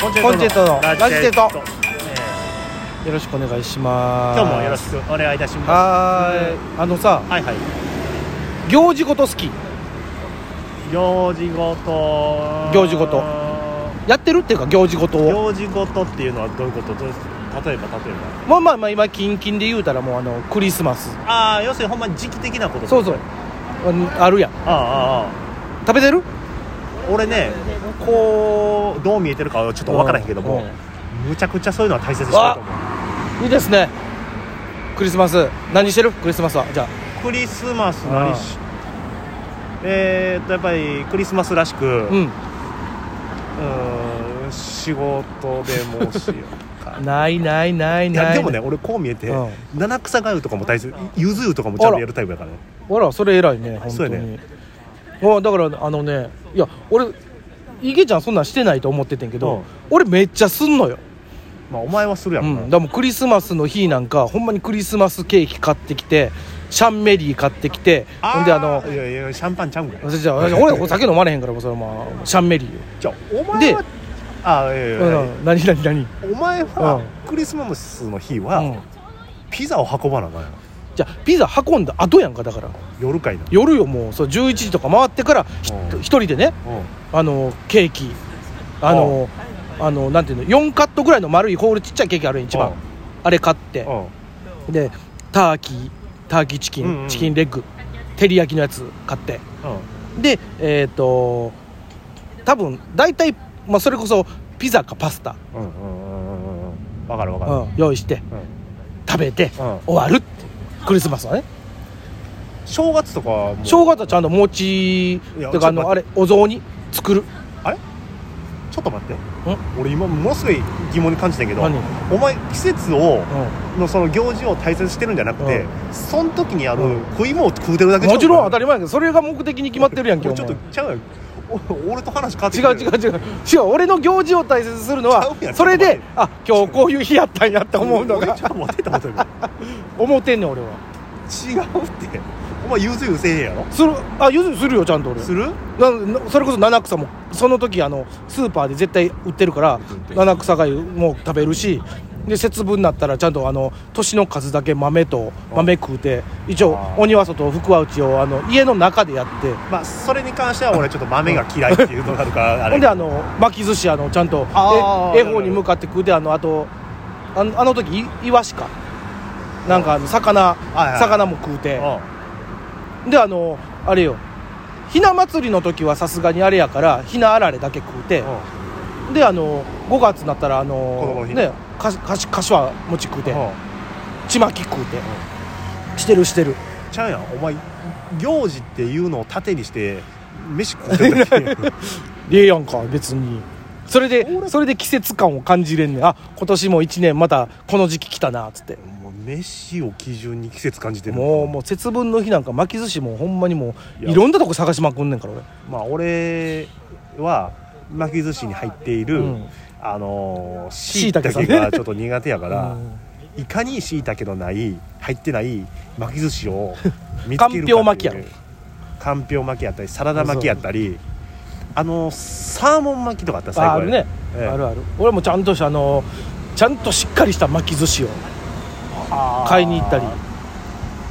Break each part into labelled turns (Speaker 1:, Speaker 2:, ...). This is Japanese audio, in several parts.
Speaker 1: コンチ
Speaker 2: コンチ
Speaker 1: ェル
Speaker 2: ェルト
Speaker 1: ト
Speaker 2: の
Speaker 1: の
Speaker 2: ラ
Speaker 1: ラ
Speaker 2: ジ
Speaker 1: ジ
Speaker 2: テ
Speaker 1: テ
Speaker 2: ト
Speaker 1: ト
Speaker 2: よろしくお願いします
Speaker 1: 今日もよろしくお願いいたします
Speaker 2: はーい、あのさ
Speaker 1: はいはい
Speaker 2: 行事ごと好き
Speaker 1: 行事ごと
Speaker 2: 行事ごとやってるっていうか行事ごとを
Speaker 1: 行事ごとっていうのはどういうことどういう例えば例えば
Speaker 2: まあまあまあ今キンキンで言うたらもうあのクリスマス
Speaker 1: ああ要するにほんまに時期的なこと
Speaker 2: そうそうああるやん
Speaker 1: あああああ
Speaker 2: 食べてる
Speaker 1: あ俺ねこうどう見えてるかはちょっと分からへんけど
Speaker 2: う
Speaker 1: も
Speaker 2: ん
Speaker 1: むちゃくちゃそういうのは大切にしたいと思う
Speaker 2: いいですねクリスマス何してるクリスマスはじゃ
Speaker 1: クリスマス何しえーっとやっぱりクリスマスらしく
Speaker 2: あうん
Speaker 1: うーん仕事でもしようか
Speaker 2: ないないないない
Speaker 1: いやでもね俺こう見えて、
Speaker 2: うん
Speaker 1: 七草がゆとかも大切ゆず湯とかもちゃんとやるタイプだからね
Speaker 2: あらそれ偉いね本
Speaker 1: そ
Speaker 2: 当
Speaker 1: うや
Speaker 2: に
Speaker 1: ね
Speaker 2: あだからあのねいや俺いげちゃんそんなんしてないと思っててんけど、
Speaker 1: うん
Speaker 2: 俺めっちゃすんのよ、
Speaker 1: まあお前はするや
Speaker 2: うんん
Speaker 1: な、
Speaker 2: だからもうクリスマスの日なんかほんまにクリスマスケーキ買ってきてシャンメリー買ってきてほんであの
Speaker 1: いやいやシャンパンちゃうんかい
Speaker 2: 私じゃあ私俺お酒飲まれへんからもうそれまあシャンメリーよ
Speaker 1: じゃあお前は
Speaker 2: で
Speaker 1: あいやいやいや、
Speaker 2: うん、何何何
Speaker 1: お前は、
Speaker 2: う
Speaker 1: クリスマスの日は、
Speaker 2: うん
Speaker 1: ピザを運ばなあかんやん
Speaker 2: じゃあピザ運んだ後やんかだから
Speaker 1: 夜かいな
Speaker 2: 夜よもうそう11時とか回ってからひ
Speaker 1: うん
Speaker 2: 一人でね
Speaker 1: う
Speaker 2: あのケーキあのあのなんていうの4カットぐらいの丸いホールちっちゃいケーキあるやん一
Speaker 1: う
Speaker 2: 番
Speaker 1: ん
Speaker 2: あれ買って
Speaker 1: んうん
Speaker 2: でターキーターキーチキン、
Speaker 1: うんうん
Speaker 2: チキンレッグ照り焼きのやつ買ってでえっ、と多分大体、まあ、それこそピザかパスタ、
Speaker 1: うんうんうんうんうんうんわかるわかる、
Speaker 2: うん用意して
Speaker 1: うん
Speaker 2: 食べて、
Speaker 1: うん
Speaker 2: 終わるっていうクリスマスはね
Speaker 1: 正月とかはもう
Speaker 2: 正月はちゃんと餅
Speaker 1: いや
Speaker 2: とかあの
Speaker 1: ちょ
Speaker 2: あ
Speaker 1: っと待
Speaker 2: れお雑煮作る
Speaker 1: ちょっと待って俺今ものすごい疑問に感じてんけど
Speaker 2: 何
Speaker 1: お前季節を
Speaker 2: う
Speaker 1: のその行事を大切にしてるんじゃなくて、その時にある
Speaker 2: うん
Speaker 1: 食い物を食うてるだ
Speaker 2: ん、
Speaker 1: け
Speaker 2: もちろん当た
Speaker 1: り
Speaker 2: り前やけどそれが目的に決まってるやんけ
Speaker 1: ちょ
Speaker 2: お
Speaker 1: っと
Speaker 2: 前
Speaker 1: ちゃうやんお俺と話変わって
Speaker 2: 違
Speaker 1: きてる
Speaker 2: う違う違う違う俺の行事を大切にするの
Speaker 1: ちゃ
Speaker 2: は
Speaker 1: うやん
Speaker 2: それ
Speaker 1: そ
Speaker 2: で
Speaker 1: こ
Speaker 2: あ今日こういう日やったんやって思うのが
Speaker 1: 俺ちょっと待ってた待ってた
Speaker 2: 思ってんねん俺は
Speaker 1: 違うってお前ゆずゆずせえへんやろ
Speaker 2: するあゆずするよちゃんと俺
Speaker 1: する
Speaker 2: ななそれこそ七草もその時あのスーパーで絶対売ってるから
Speaker 1: 売ってる
Speaker 2: 七草がゆも食べるしで節分になったらちゃんとあの年の数だけ豆と
Speaker 1: あ
Speaker 2: 豆食うて一応
Speaker 1: あ
Speaker 2: 鬼は外福は内をあの家の中でやって
Speaker 1: まあそれに関しては俺ちょっと豆が嫌いっていうのがある からあ
Speaker 2: ほ
Speaker 1: れ
Speaker 2: んであの巻き寿司あのちゃんと
Speaker 1: あー
Speaker 2: え恵方に向かって食うてあのあとあのあの時いイワシかなんかあの魚
Speaker 1: はいはい
Speaker 2: 魚も食うて
Speaker 1: う
Speaker 2: であのあれよひな祭りの時はさすがにあれやからひなあられだけ食うて
Speaker 1: んうん
Speaker 2: であの5月になったらあ
Speaker 1: 子供
Speaker 2: の
Speaker 1: の日
Speaker 2: ねかしかしかしわ餅食うて
Speaker 1: うん
Speaker 2: ちまき食うてしてるしてる
Speaker 1: ちゃうやんお前行事っていうのを盾にして飯食うてるだけやん
Speaker 2: ええやんか別にそれで
Speaker 1: 俺
Speaker 2: それで季節感を感じれんねんあ今年も1年またこの時期来たなっつって
Speaker 1: もう飯を基準に季節感じてる
Speaker 2: もうもう節分の日なんか巻き寿司もほんまにもう
Speaker 1: いや
Speaker 2: いろんなとこ探しまくんねんから俺
Speaker 1: まあ、俺は巻き寿司に入っている、
Speaker 2: うん
Speaker 1: あのー、しい
Speaker 2: 椎
Speaker 1: た
Speaker 2: 茸さん
Speaker 1: け
Speaker 2: ね
Speaker 1: がちょっと苦手やから、
Speaker 2: うん
Speaker 1: いかにしいたけのない入ってない巻き寿司 を見つけるかっていう
Speaker 2: かんぴょう巻きやろ
Speaker 1: かんぴょう巻きやったりサラダ巻きやったりあのーサーモン巻きとかあったら最
Speaker 2: あ
Speaker 1: 高
Speaker 2: あ
Speaker 1: や
Speaker 2: るね、
Speaker 1: ええ
Speaker 2: あるある俺もちゃんとしたあのちゃんとしっかりした巻き寿司を
Speaker 1: あー
Speaker 2: 買いに行ったり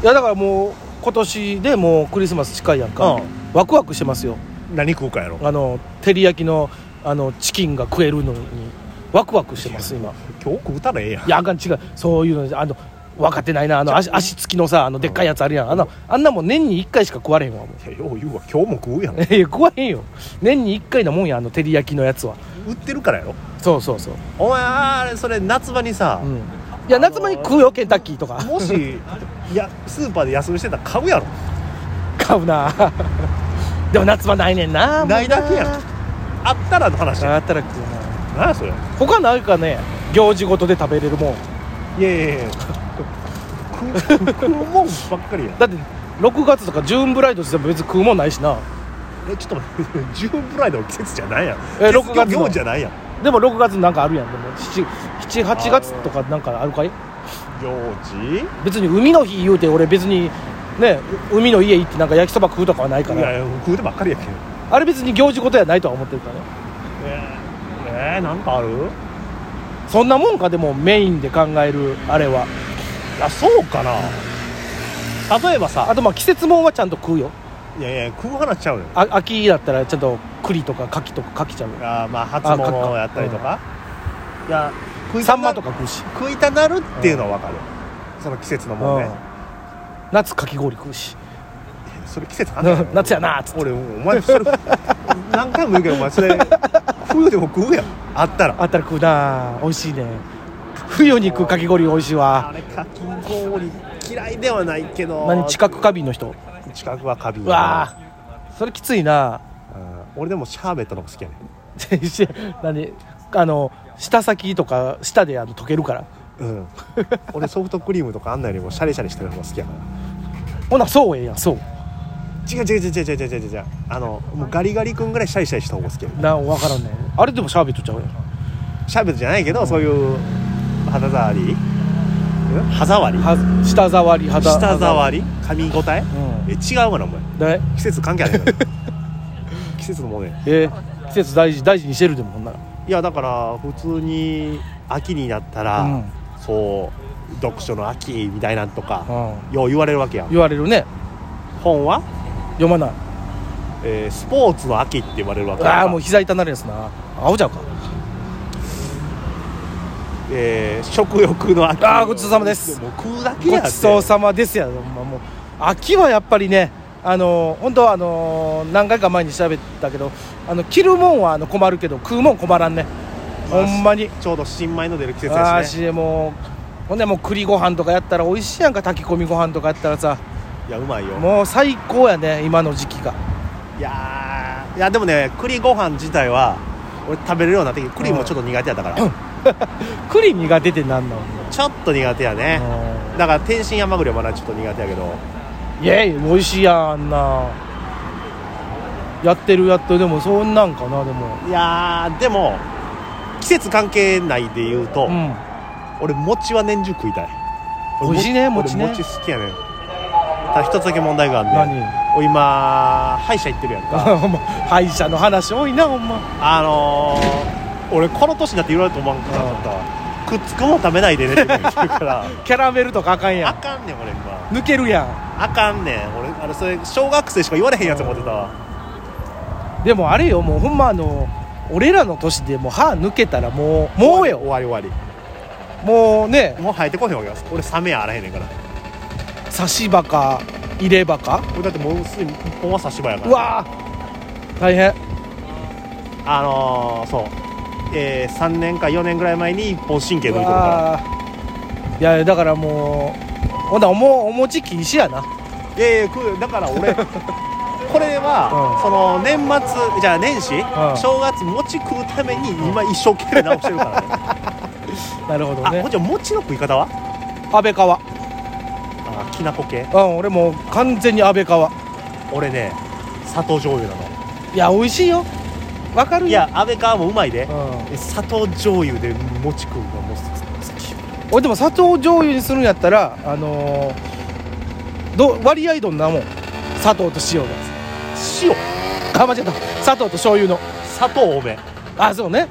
Speaker 2: いやだからもう今年でもうクリスマス近いやんか、
Speaker 1: うん
Speaker 2: ワクワクしてますよ
Speaker 1: 何食うかやろ
Speaker 2: あの照り焼きのあのチキンが食えるのにワクワクしてます今
Speaker 1: 今日食うたらええやん
Speaker 2: いやあかん違うそういうのあの分かってないなあの足足つきのさあのでっかいやつあるやんあのあんなもん年に1回しか食われへんわもう
Speaker 1: いやよう言うわ今日も食うやん
Speaker 2: いや食わへんよ年に1回なもんやあの照り焼きのやつは
Speaker 1: 売ってるからやろ
Speaker 2: そうそうそう、
Speaker 1: お前あれそれ夏場にさ、
Speaker 2: うん、いや夏場に食うよケンタッキーとか
Speaker 1: もしいやスーパーで安売りしてたら買うやろ
Speaker 2: 買うな でも夏場ないねんなもう
Speaker 1: ないだけやんあったらの話
Speaker 2: あ
Speaker 1: や
Speaker 2: ったら食うな
Speaker 1: 何やそれ
Speaker 2: 他ないかね行事ごとで食べれるもん
Speaker 1: いやいやいや食う食うもんばっかりや
Speaker 2: だって6月とかジューンブライドしても別に食うもんないしな
Speaker 1: えちょっと待ってジューンブライドの季節じゃないやん
Speaker 2: え
Speaker 1: 季節
Speaker 2: 6月の
Speaker 1: 行事じゃないやん
Speaker 2: でも6月なんかあるやんでも78月とかなんかあるかい
Speaker 1: 行事
Speaker 2: 別に海の日言うて俺別にね海の家行ってなんか焼きそば食うとかはないか
Speaker 1: いや
Speaker 2: ら
Speaker 1: いや食うてばっかりやけど
Speaker 2: あれ別に行事事やないとは思ってるからね
Speaker 1: ええー、なんかある
Speaker 2: そんなもんかでもメインで考えるあれは
Speaker 1: あそうかな例えば
Speaker 2: あ
Speaker 1: さ
Speaker 2: とまあ季節もんはちゃんと食うよ
Speaker 1: いやいや食う話ちゃうよ
Speaker 2: あ秋だったらちゃんと栗とか柿とか柿ちゃうよ
Speaker 1: あーまあ初
Speaker 2: あかっか
Speaker 1: 物をやったりとかいや食い
Speaker 2: サ
Speaker 1: た
Speaker 2: ンマ
Speaker 1: な
Speaker 2: とか食うし、
Speaker 1: 食いたなるっていうのは分かるその季節のもん
Speaker 2: う
Speaker 1: ね
Speaker 2: ん夏かき氷食うし
Speaker 1: それ季節関係ない
Speaker 2: 夏やなっつって
Speaker 1: 俺お前それ何回も言うけどお前それ冬でも食うやんあったら
Speaker 2: あったら食うな美味しいね冬に食うかき氷美味しい
Speaker 1: あ
Speaker 2: わ
Speaker 1: れかき氷嫌いではないけど
Speaker 2: 何近く過敏の人
Speaker 1: 近くはカビ
Speaker 2: うわーそれきついな
Speaker 1: う ん俺でもシャーベットの方が好きやね
Speaker 2: し何あの舌先とか舌であの溶けるから
Speaker 1: うん俺ソフトクリームとかあんなよりもシャリシャリしてる方が好きやから
Speaker 2: ほなそうええやんそう
Speaker 1: 違う違う違う違う違う違う違うあのもうガリガリ君ぐらいシャリシャリした方が好きやね
Speaker 2: な分からんねあれでもシャーベットちゃうやん
Speaker 1: シャーベットじゃないけど、そういう肌触りん歯触り
Speaker 2: は舌触り肌
Speaker 1: 舌
Speaker 2: 肌
Speaker 1: 触り噛み応ええ違うがなお前
Speaker 2: うんで
Speaker 1: 季節関係ないから 季節のもんね
Speaker 2: えー季節大事大事にしてるでもほんなら
Speaker 1: いやだから普通に秋になったら、
Speaker 2: うん
Speaker 1: そう読書の秋みたいなんとか、
Speaker 2: うん
Speaker 1: よう言われるわけやん
Speaker 2: 言われるね
Speaker 1: 本は、
Speaker 2: 読まない
Speaker 1: えースポーツの秋って言われるわけやん
Speaker 2: ああもう膝痛なるやつな青じゃうか
Speaker 1: えー食欲の秋
Speaker 2: あーごちそうさまです
Speaker 1: もう食うだけや
Speaker 2: ご
Speaker 1: って
Speaker 2: ちそうさまですやほんまもう秋はやっぱりねあの本当はあの何回か前に調べたけどあの着るもんはあの困るけど食うもん困らんねほんまに
Speaker 1: ちょうど新米の出る季節
Speaker 2: あ
Speaker 1: や
Speaker 2: あ
Speaker 1: し、ね、
Speaker 2: しもうほんでもう栗ご飯とかやったら美味しいやんか炊き込みご飯とかやったらさ
Speaker 1: いやうまいよ
Speaker 2: もう最高やね今の時期が
Speaker 1: いやーいやでもね栗ご飯自体は俺食べれるようになってきて栗もちょっと苦手やったから、
Speaker 2: 栗苦手でなんの
Speaker 1: ちょっと苦手やね、
Speaker 2: う
Speaker 1: だから天津山栗はまだちょっと苦手やけど
Speaker 2: んいやいや美味しいやんあんなやってるやっとでもそんなんかなでも
Speaker 1: いやーでも季節関係ないで言うと、
Speaker 2: うん
Speaker 1: 俺餅は年中食いたい
Speaker 2: 美味しいね
Speaker 1: 俺
Speaker 2: 餅ね
Speaker 1: 俺餅好きやねただ一つだけ問題があるね
Speaker 2: 何
Speaker 1: 俺今歯医者行ってるやんか
Speaker 2: ほんま歯医者の話多いなほんま
Speaker 1: あのー、俺この年になって言われると思わんかったわくっつくもん食べないでねって言ってるから
Speaker 2: キャラメルとかあかんや
Speaker 1: あ
Speaker 2: ん
Speaker 1: かんねん俺今
Speaker 2: 抜けるやん
Speaker 1: あかんねん俺あれそれ小学生しか言われへんやつ思ってたわ
Speaker 2: でもあれよもうほんまあの俺らの年でもう歯抜けたらもうもう
Speaker 1: 終
Speaker 2: よ
Speaker 1: わり終わ
Speaker 2: もうね
Speaker 1: りもう生えてこへんわけよ俺サメやあらへんねんから
Speaker 2: 刺し歯か入れ歯か
Speaker 1: 俺だってもうすでに一本は差し歯やから
Speaker 2: うわー大変
Speaker 1: あのー、そう、えー、3年か4年ぐらい前に一本神経抜いてるか
Speaker 2: あーいやだからもうほんならおもお餅禁止やな
Speaker 1: らいやいやくだから 俺これは、
Speaker 2: うん
Speaker 1: その年末じゃあ年始、
Speaker 2: ん
Speaker 1: 正月餅食うために今一生懸命直してるからね
Speaker 2: なるほど
Speaker 1: あ
Speaker 2: ね
Speaker 1: こっちは餅の食い方は
Speaker 2: 安倍川
Speaker 1: あきなこ系
Speaker 2: うん俺もう完全に安倍川
Speaker 1: 俺ね砂糖醤油なの
Speaker 2: いや美味しいよわかるよ
Speaker 1: いや安倍川もうまいで、
Speaker 2: うん
Speaker 1: え砂糖醤油で餅食うのがもう好き
Speaker 2: 俺でも砂糖醤油にするんやったらあのーど割合どんなもん砂糖と塩のや
Speaker 1: 塩
Speaker 2: つあ間違えた砂糖と醤油の
Speaker 1: 砂糖多め
Speaker 2: あそうね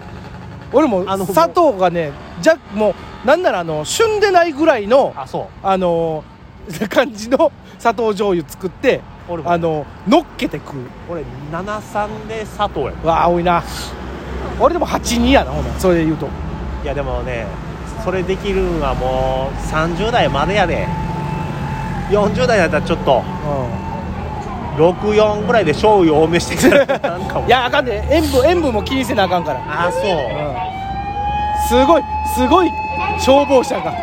Speaker 2: 俺も
Speaker 1: あの
Speaker 2: 砂糖がねじゃもうなんならあの旬でないぐらいの
Speaker 1: あそう
Speaker 2: あのー 感じの砂糖醤油作って
Speaker 1: 俺も
Speaker 2: あの乗っけて食う
Speaker 1: 俺73で砂糖や
Speaker 2: わあ多いな俺でも82やなほんならそれで言うと
Speaker 1: いやでもねそれできるんはもう30代までやで40代だったらちょっと
Speaker 2: う
Speaker 1: 64ぐらいで醤油多めしてくれるなんかも
Speaker 2: んいやあかんで塩分塩分も気にせなあかんから
Speaker 1: あそう
Speaker 2: すごいすごい消防車が
Speaker 1: あ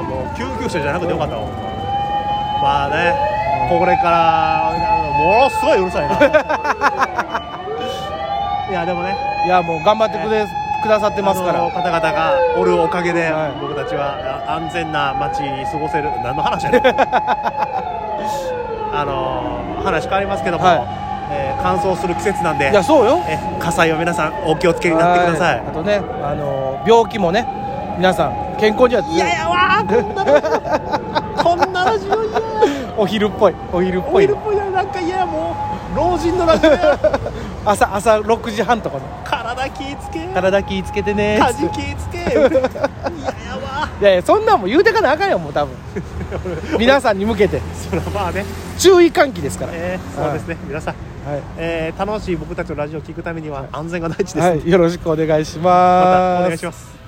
Speaker 1: ーもう救急車じゃなくてよかったわまあねこれからものすごいうるさい ないやでもね
Speaker 2: いやもう頑張ってくれ、くださってますか
Speaker 1: あ
Speaker 2: ら
Speaker 1: の方々がおるおかげで、
Speaker 2: はい
Speaker 1: 僕たちはあ安全な街に過ごせる何の話やねん あの話変わりますけども、
Speaker 2: はい
Speaker 1: えー乾燥する季節なんで
Speaker 2: いやそうよ
Speaker 1: え火災を皆さんお気をつけになってくださ
Speaker 2: はいあとねあの病気もね皆さん健康にはい
Speaker 1: やいやわーこんなラジオこんなラジオ 嫌や
Speaker 2: お昼っぽいお昼っ
Speaker 1: オ
Speaker 2: ぽい
Speaker 1: イルっ ぽいななんか嫌やもう老人のラジオや
Speaker 2: 朝朝6時半とかの
Speaker 1: 体体気ぃつけ
Speaker 2: 体気ぃつけてね
Speaker 1: かじ気ぃつけ 言うていややば
Speaker 2: いやいやそんなんも言うてかなあかんよもう多 分皆さんに向けて
Speaker 1: そらまあね、
Speaker 2: 注意喚起ですから、
Speaker 1: えーそうですね皆さん、
Speaker 2: は
Speaker 1: えー楽しい僕たちのラジオを聞くためには安全が大事です、
Speaker 2: い、はい、よろしくお願いしま
Speaker 1: ま
Speaker 2: す
Speaker 1: たお願いします